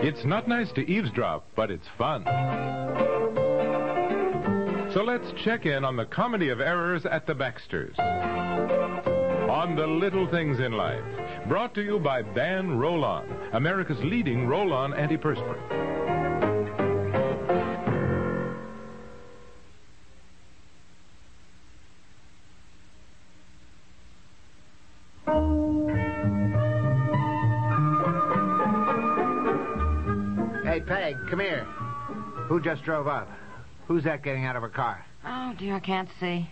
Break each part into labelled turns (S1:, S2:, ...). S1: It's not nice to eavesdrop, but it's fun. So let's check in on the comedy of errors at the Baxters. On the little things in life. Brought to you by Ban Roll On, America's leading roll on antiperspirant.
S2: Hey, Peg, come here. Who just drove up? Who's that getting out of a car?
S3: Oh, dear, I can't see.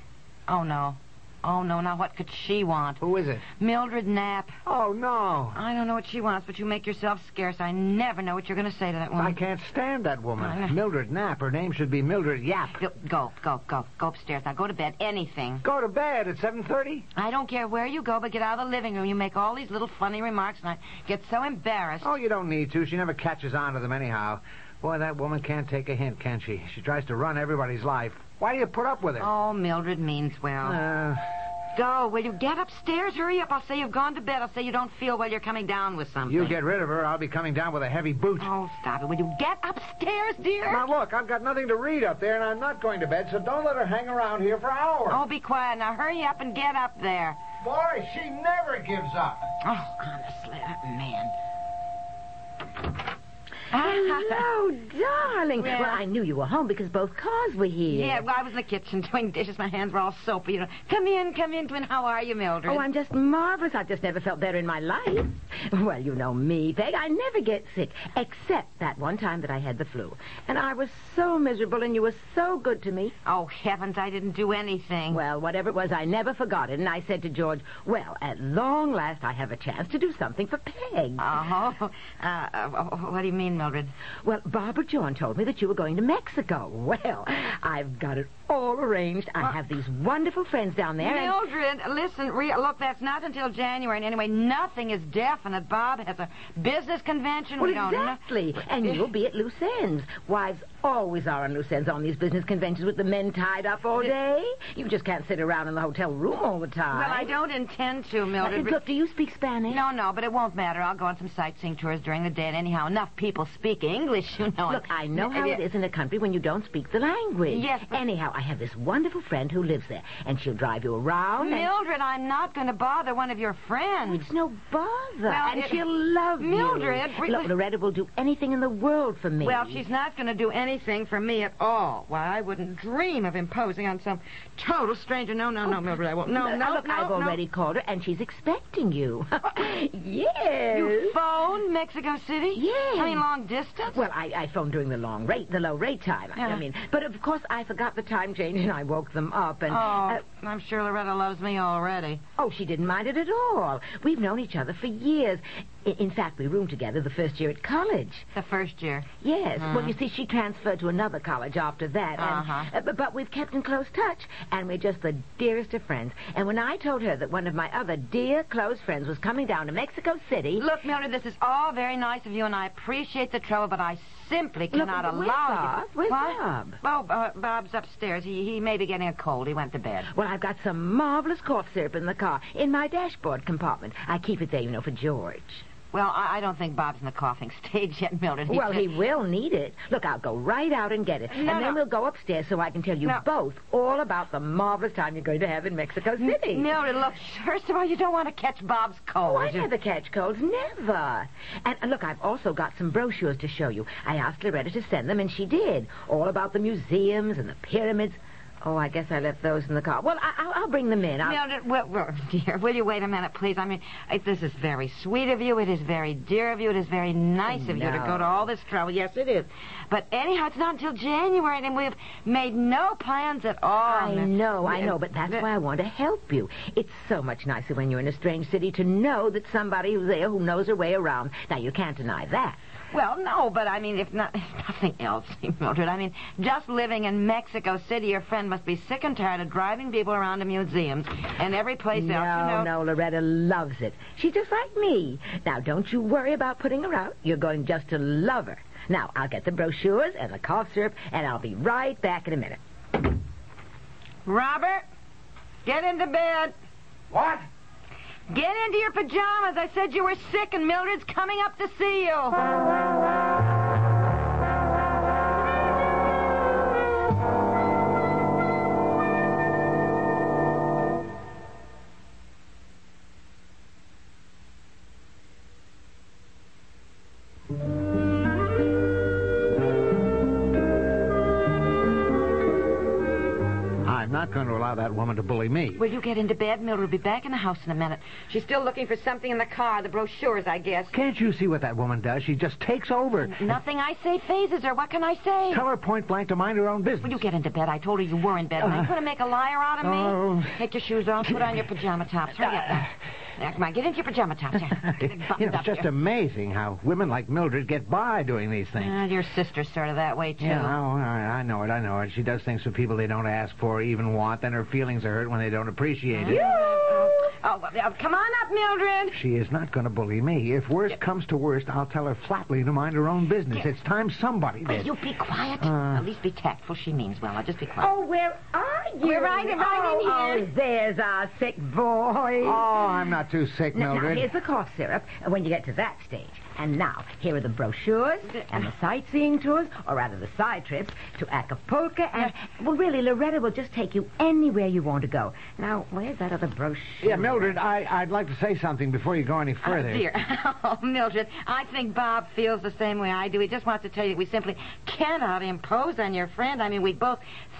S3: Oh, no. Oh, no, now what could she want?
S2: Who is it?
S3: Mildred Knapp.
S2: Oh, no.
S3: I don't know what she wants, but you make yourself scarce. I never know what you're going to say to that
S2: I
S3: woman.
S2: can't stand that
S3: I know.
S2: woman. Mildred Knapp. Her name should be Mildred Yap.
S3: Go, go, go, go. Go upstairs. Now go to bed. Anything.
S2: Go to bed at 7.30?
S3: I don't care where you go, but get out of the living room. You make all these little funny remarks, and I get so embarrassed.
S2: Oh, you don't need to. She never catches on to them anyhow. Boy, that woman can't take a hint, can she? She tries to run everybody's life. Why do you put up with her?
S3: Oh, Mildred means well.
S2: Uh,
S3: Go. Will you get upstairs? Hurry up. I'll say you've gone to bed. I'll say you don't feel well. You're coming down with something.
S2: you get rid of her, I'll be coming down with a heavy boot.
S3: Oh, stop it. Will you get upstairs, dear?
S2: Now, look, I've got nothing to read up there, and I'm not going to bed, so don't let her hang around here for hours.
S3: Oh, be quiet. Now hurry up and get up there.
S2: boy, she never gives up.
S3: Oh, honestly, that man.
S4: Hello, darling.
S3: Well-
S4: Well, I knew you were home because both cars were here.
S3: Yeah, well, I was in the kitchen doing dishes. My hands were all soapy, you know. Come in, come in, Twin. How are you, Mildred?
S4: Oh, I'm just marvelous. I've just never felt better in my life. Well, you know me, Peg. I never get sick, except that one time that I had the flu. And I was so miserable, and you were so good to me.
S3: Oh, heavens, I didn't do anything.
S4: Well, whatever it was, I never forgot it. And I said to George, Well, at long last, I have a chance to do something for Peg.
S3: Oh, uh, uh, what do you mean, Mildred?
S4: Well, Barbara John told me that you were going to Mexico. Well, I've got it all arranged. I have these wonderful friends down there. and-
S3: Mildred, listen, re- look, that's not until January, and anyway, nothing is definite. Bob has a business convention.
S4: Well,
S3: we don't know.
S4: exactly. And you'll be at loose ends. Wives always are on loose ends on these business conventions with the men tied up all day. You just can't sit around in the hotel room all the time.
S3: Well, I don't intend to, Mildred.
S4: Look, do you speak Spanish?
S3: No, no, but it won't matter. I'll go on some sightseeing tours during the day, and anyhow, enough people speak English, you know.
S4: Look, I know how it
S3: Yeah.
S4: is in a country when you don't speak the language.
S3: Yes, but-
S4: Anyhow, I have this wonderful friend who lives there, and she'll drive you around. and-
S3: Mildred, I'm not going to bother one of your friends.
S4: It's no bother. and
S3: it-
S4: she'll love you.
S3: Mildred, we-
S4: Look, Loretta will do anything in the world for me.
S3: Well, she's not going to do anything for me at all. Why, I wouldn't dream of imposing on some total stranger. No, no, no, Mildred, I won't. No,
S4: Look,
S3: no,
S4: Oh, look,
S3: no,
S4: I've
S3: no. Oh.
S4: already called her, and she's expecting you. yes.
S3: You phoned Mexico City?
S4: Yes.
S3: I mean, long distance?
S4: Well, I, I phoned during the long rate, the low rate time. I-
S3: Yeah.
S4: I mean, but of course I forgot the time change and I woke them up and.
S3: oh,
S4: uh,
S3: I'm sure Loretta loves me already.
S4: oh, she didn't mind it at all. We've known each other for years. I- in fact, we roomed together the first year at college.
S3: The first year.
S4: Yes.
S3: Hmm.
S4: Well, you see, she transferred to another college after that. And,
S3: Uh-huh.
S4: uh, but, but we've kept in close touch, and we're just the dearest of friends. And when I told her that one of my other dear close friends was coming down to Mexico City.
S3: Look, Mildred, this is all very nice of you, and I appreciate the trouble, but I simply cannot
S4: but where's
S3: allow
S4: Bob? Where's
S3: you. What?
S4: Bob?
S3: Oh, uh, Bob's upstairs. He, he may be getting a cold. He went to bed.
S4: Well, I've got some marvelous cough syrup in the car, in my dashboard compartment. I keep it there, you know, for George.
S3: Well, I, I don't think Bob's in the coughing stage yet, Mildred.
S4: well, he will need it. Look, I'll go right out and get it. and
S3: No,
S4: then
S3: no.
S4: we'll go upstairs so I can tell you
S3: No.
S4: both all about the marvelous time you're going to have in Mexico City.
S3: Mildred, look, first of all, you don't want to catch Bob's cold.
S4: Oh, I
S3: You-
S4: never catch colds, never. And uh, look, I've also got some brochures to show you. I asked Loretta to send them, and she did. All about the museums and the pyramids. Oh, I guess I left those in the car. Well, I, I'll, I'll bring them in. I'll...
S3: Mildred, well, well, dear, will you wait a minute, please? I mean, it, this is very sweet of you. It is very dear of you. It is very nice of you to go to all this trouble. Yes, it is. But anyhow, it's not until January, and we've made no plans at all.
S4: I know, I know, but that's
S3: the-
S4: why I want to help you. It's so much nicer when you're in a strange city to know that somebody who's there who knows her way around. Now, you can't deny that.
S3: Well, no, but I mean, if, not, if nothing else, Mildred, I mean, just living in Mexico City, your friend must be sick and tired of driving people around to museums and every place
S4: No,
S3: else. You know,
S4: no, Loretta loves it. She's just like me. Now, don't you worry about putting her out. You're going just to love her. Now, I'll get the brochures and the cough syrup, and I'll be right back in a minute.
S3: Robert, get into bed.
S2: What?
S3: Get into your pajamas. I said you were sick, and Mildred's coming up to see you.
S2: I'm not going to allow that woman to bully me.
S3: Will you get into bed? Mildred will be back in the house in a minute. She's still looking for something in the car, the brochures, I guess.
S2: Can't you see what that woman does? She just takes over.
S3: Nothing I say phases her. What can I say?
S2: Tell her point blank to mind her own business.
S3: Will you get into bed? I told her you were in bed. and I'm going to make a liar out of me.
S2: Oh.
S3: Take your shoes off. Put on your pajama tops. Hurry up now. Now, come on. Get into your pajama tops. Yeah. Get
S2: You
S3: it
S2: know,
S3: buttoned
S2: it's
S3: up
S2: just
S3: here.
S2: amazing how women like Mildred get by doing these things.
S3: Ah, your sister's sort of that way, too.
S2: Yeah, oh, I I know it, I know it. She does things for people they don't ask for or even want, then her feelings are hurt when they don't appreciate it.
S3: Oh, well, uh, come on up, Mildred.
S2: She is not going to bully me. If worst comes to worst, I'll tell her flatly to mind her own business. It's time somebody
S3: Will
S2: did.
S3: you be quiet? At least be tactful. She means well. Now, just be quiet.
S4: Oh, where are you?
S3: We're right- right in
S4: oh,
S3: here.
S4: Oh, there's our sick boy.
S2: Oh, I'm not too sick,
S4: Now, now,
S2: Mildred.
S4: here's the cough syrup uh, when you get to that stage. And now, here are the brochures and the sightseeing tours, or rather the side trips, to Acapulco and... Well, really, Loretta will just take you anywhere you want to go. Now, where's that other brochure?
S2: Yeah, Mildred, I, I'd like to say something before you go any
S3: Oh,
S2: further.
S3: dear. Oh, Mildred, I think Bob feels the same way I do. He just wants to tell you that we simply cannot impose on your friend. I mean, we both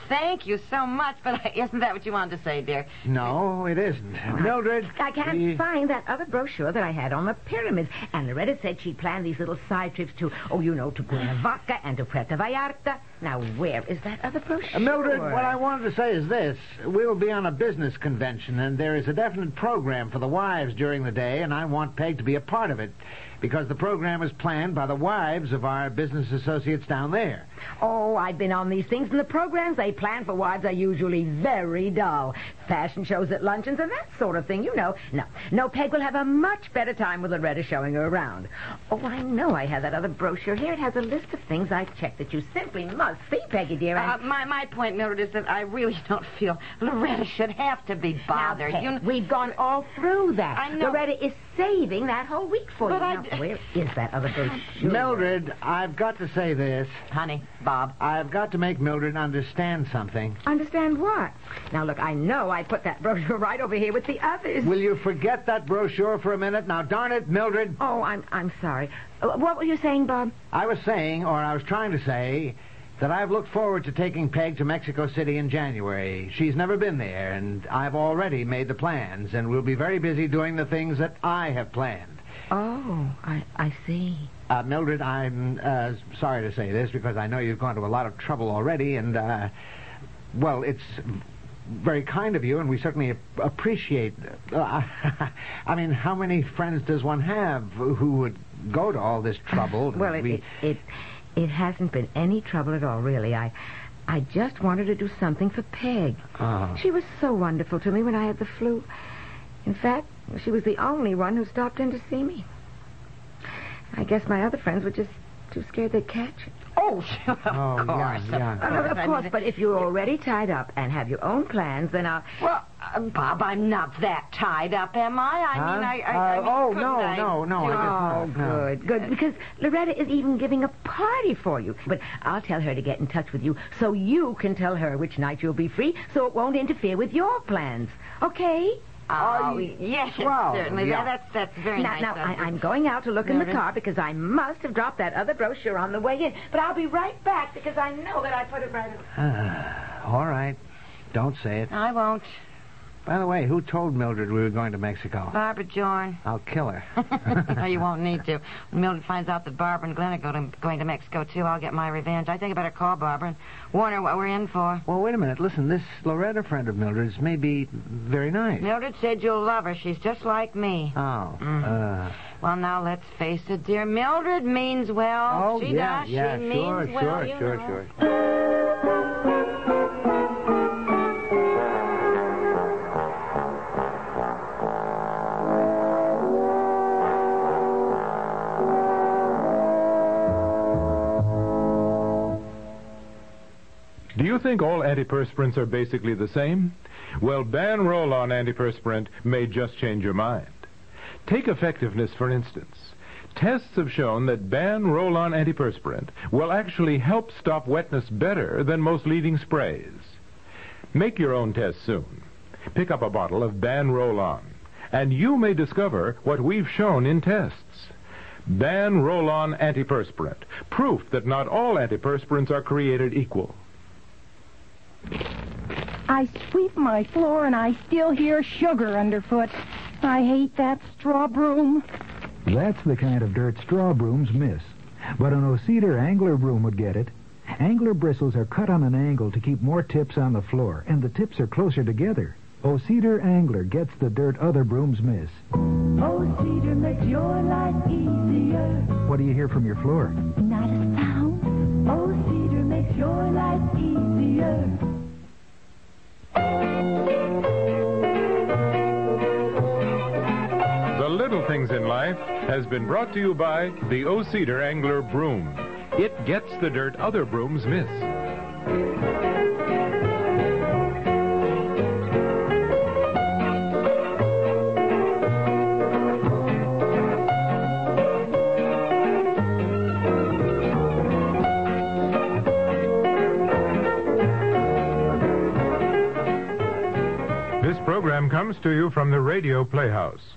S3: thank you so much, but isn't that what you wanted to say, dear?
S2: No, it isn't. Mildred.
S4: I can't
S2: please-
S4: find that other brochure that I had on the pyramids. And Loretta said she planned these little side trips to, oh, you know, to Cuernavaca and to Puerto Vallarta. Now, where is that other brochure?
S2: Uh, Mildred, what I wanted to say is this. We will be on a business convention, and there is a definite program for the wives during the day, and I want Peg to be a part of it because the program is planned by the wives of our business associates down there.
S4: Oh, I've been on these things, and the programs they plan for wives are usually very dull. Fashion shows at luncheons and that sort of thing, you know. No, no, Peg will have a much better time with Loretta showing her around. Oh, I know I have that other brochure here. It has a list of things I checked that you simply must see, Peggy, dear. and-
S3: Uh, my, my point, Mildred, is that I really don't feel Loretta should have to be bothered.
S4: Now, Ah, Peg,
S3: you kn-
S4: we've gone all through that.
S3: I know.
S4: Loretta is saving that whole week for
S3: But
S4: you.
S3: I
S4: Now,
S3: d-
S4: where is that other brochure?
S2: Mildred, I've got to say this.
S3: Honey, Bob.
S2: I've got to make Mildred understand something.
S4: Understand what? Now, look, I know I put that brochure right over here with the others.
S2: Will you forget that brochure for a minute? Now, darn it, Mildred.
S4: Oh, I'm, I'm sorry. Uh, What were you saying, Bob?
S2: I was saying, or I was trying to say, that I've looked forward to taking Peg to Mexico City in January. She's never been there, and I've already made the plans, and we'll be very busy doing the things that I have planned.
S4: Oh, I, I see.
S2: Uh, Mildred, I'm uh, sorry to say this because I know you've gone to a lot of trouble already, and, uh, well, it's very kind of you, and we certainly ap- appreciate. Uh, I mean, how many friends does one have who would go to all this trouble?
S4: Well, it,
S2: We-
S4: it, it, it hasn't been any trouble at all, really. I, I just wanted to do something for Peg.
S2: Oh.
S4: She was so wonderful to me when I had the flu. In fact, she was the only one who stopped in to see me. I guess my other friends were just too scared they'd catch it.
S3: Oh, of
S2: Oh,
S3: course.
S2: yeah, yeah.
S4: Of- of course, but if you're already tied up and have your own plans, then I'll...
S3: Well, uh, Bob, I'm not that tied up, am I? I mean, I... I, I
S2: Huh?
S3: mean,
S2: Uh, oh,
S3: couldn't
S2: no,
S3: I
S2: no, no,
S3: do-
S2: I guess not.
S4: Oh,
S2: no.
S4: good, good. Because Loretta is even giving a party for you. But I'll tell her to get in touch with you so you can tell her which night you'll be free so it won't interfere with your plans. Okay?
S3: Oh, yes,
S2: well,
S3: certainly.
S2: yeah.
S3: That, that's, that's very
S4: now,
S3: nice.
S4: now
S3: of
S4: I,
S3: you.
S4: I'm going out to look in the
S3: Mildred?
S4: car because I must have dropped that other brochure on the way in. But I'll be right back because I know that I put it right.
S2: All right. Don't say it.
S3: I won't.
S2: By the way, who told Mildred we were going to Mexico?
S3: Barbara Jorn.
S2: I'll kill her.
S3: no, you won't need to. When Mildred finds out that Barbara and Glenn are going to, going to Mexico, too, I'll get my revenge. I think I better call Barbara and warn her what we're in for.
S2: Well, wait a minute. Listen, this Loretta friend of Mildred's may be very nice.
S3: Mildred said you'll love her. She's just like me.
S2: Oh. Uh,
S3: Well, now let's face it, dear. Mildred means well.
S2: oh,
S3: she
S2: yeah,
S3: does.
S2: yeah,
S3: she
S2: sure, sure,
S3: means well. you
S2: sure,
S3: know.
S2: sure.
S1: Do you think all antiperspirants are basically the same? Well, ban roll on antiperspirant may just change your mind. Take effectiveness, for instance. Tests have shown that ban roll on antiperspirant will actually help stop wetness better than most leading sprays. Make your own test soon. Pick up a bottle of ban roll on, and you may discover what we've shown in tests. Ban roll on antiperspirant, proof that not all antiperspirants are created equal.
S5: I sweep my floor and I still hear sugar underfoot. I hate that straw broom.
S6: That's the kind of dirt straw brooms miss. But an Oceder angler broom would get it. Angler bristles are cut on an angle to keep more tips on the floor, and the tips are closer together. Oceder angler gets the dirt other brooms miss.
S5: Cedar makes your life easier.
S6: What do you hear from your floor?
S5: Not a sound. Oh, Cedar makes your life easier.
S1: The Little Things in Life has been brought to you by the O-Cedar Angler Broom. It gets the dirt other brooms miss. This program comes to you from the Radio Playhouse.